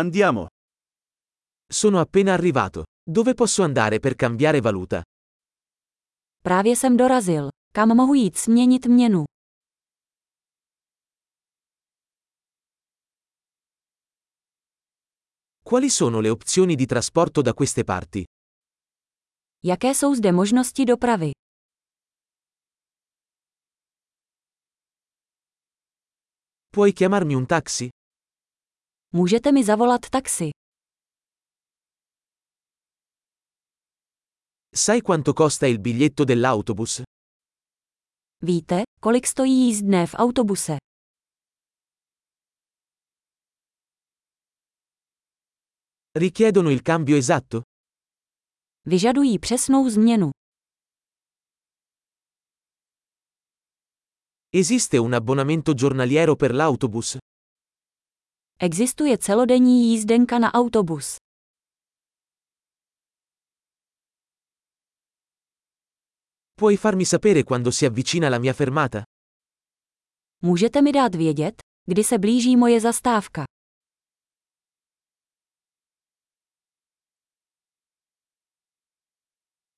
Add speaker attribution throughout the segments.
Speaker 1: Andiamo.
Speaker 2: Sono appena arrivato. Dove posso andare per cambiare valuta?
Speaker 3: Právě jsem dorazil. Kam mohu jít směnit měnu?
Speaker 2: Quali sono le opzioni di trasporto da queste parti?
Speaker 3: Jaké jsou zde možnosti dopravy?
Speaker 2: Puoi chiamarmi un taxi?
Speaker 3: Můžete mi zavolat taxi.
Speaker 2: Sai quanto costa il biglietto dell'autobus?
Speaker 3: Víte, kolik stojí jízdné v autobuse?
Speaker 2: Richiedono il cambio esatto?
Speaker 3: Vyžadují přesnou změnu.
Speaker 2: Esiste un abbonamento giornaliero per l'autobus?
Speaker 3: Existuje celodenní jízdenka na autobus.
Speaker 2: Puoi farmi sapere quando si avvicina la mia fermata?
Speaker 3: Můžete mi dát vědět, kdy se blíží moje zastávka.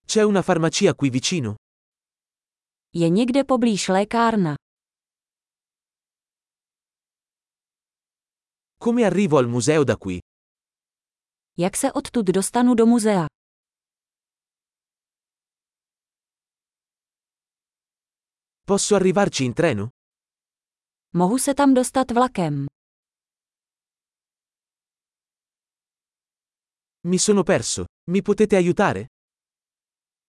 Speaker 2: C'è una farmacia qui vicino?
Speaker 3: Je někde poblíž lékárna.
Speaker 2: Come arrivo al museo da qui?
Speaker 3: Jak se odtud dostanu do muzea?
Speaker 2: Posso arrivarci in treno?
Speaker 3: Mohu se tam dostat vlakem.
Speaker 2: Mi sono perso. Mi potete aiutare?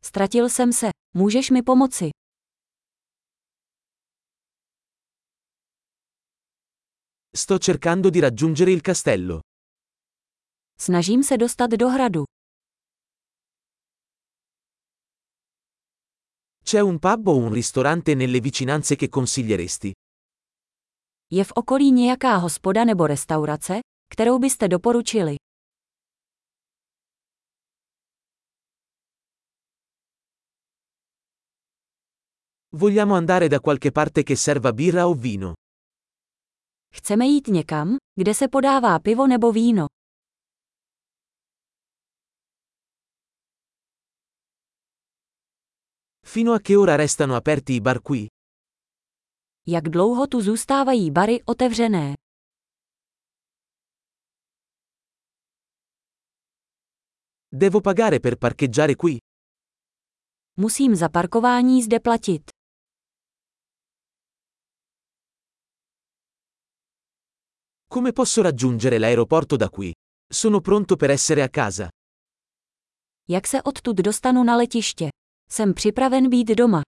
Speaker 3: Ztratil jsem se. Můžeš mi pomoci?
Speaker 2: Sto cercando di raggiungere il castello.
Speaker 3: Snažím se dostat do hradu.
Speaker 2: C'è un pub o un ristorante nelle vicinanze che consiglieresti?
Speaker 3: Je v okolí nějaká hospoda nebo restaurace, kterou byste doporučili?
Speaker 2: Vogliamo andare da qualche parte che serva birra o vino.
Speaker 3: Chceme jít někam, kde se podává pivo nebo víno.
Speaker 2: Fino a che ora restano aperti i bar qui?
Speaker 3: Jak dlouho tu zůstávají bary otevřené?
Speaker 2: Devo pagare per parcheggiare qui?
Speaker 3: Musím za parkování zde platit.
Speaker 2: Come posso raggiungere l'aeroporto da qui? Sono pronto per essere a casa.
Speaker 3: Jak se odtud dostanu na letiště? Jsem připraven být doma.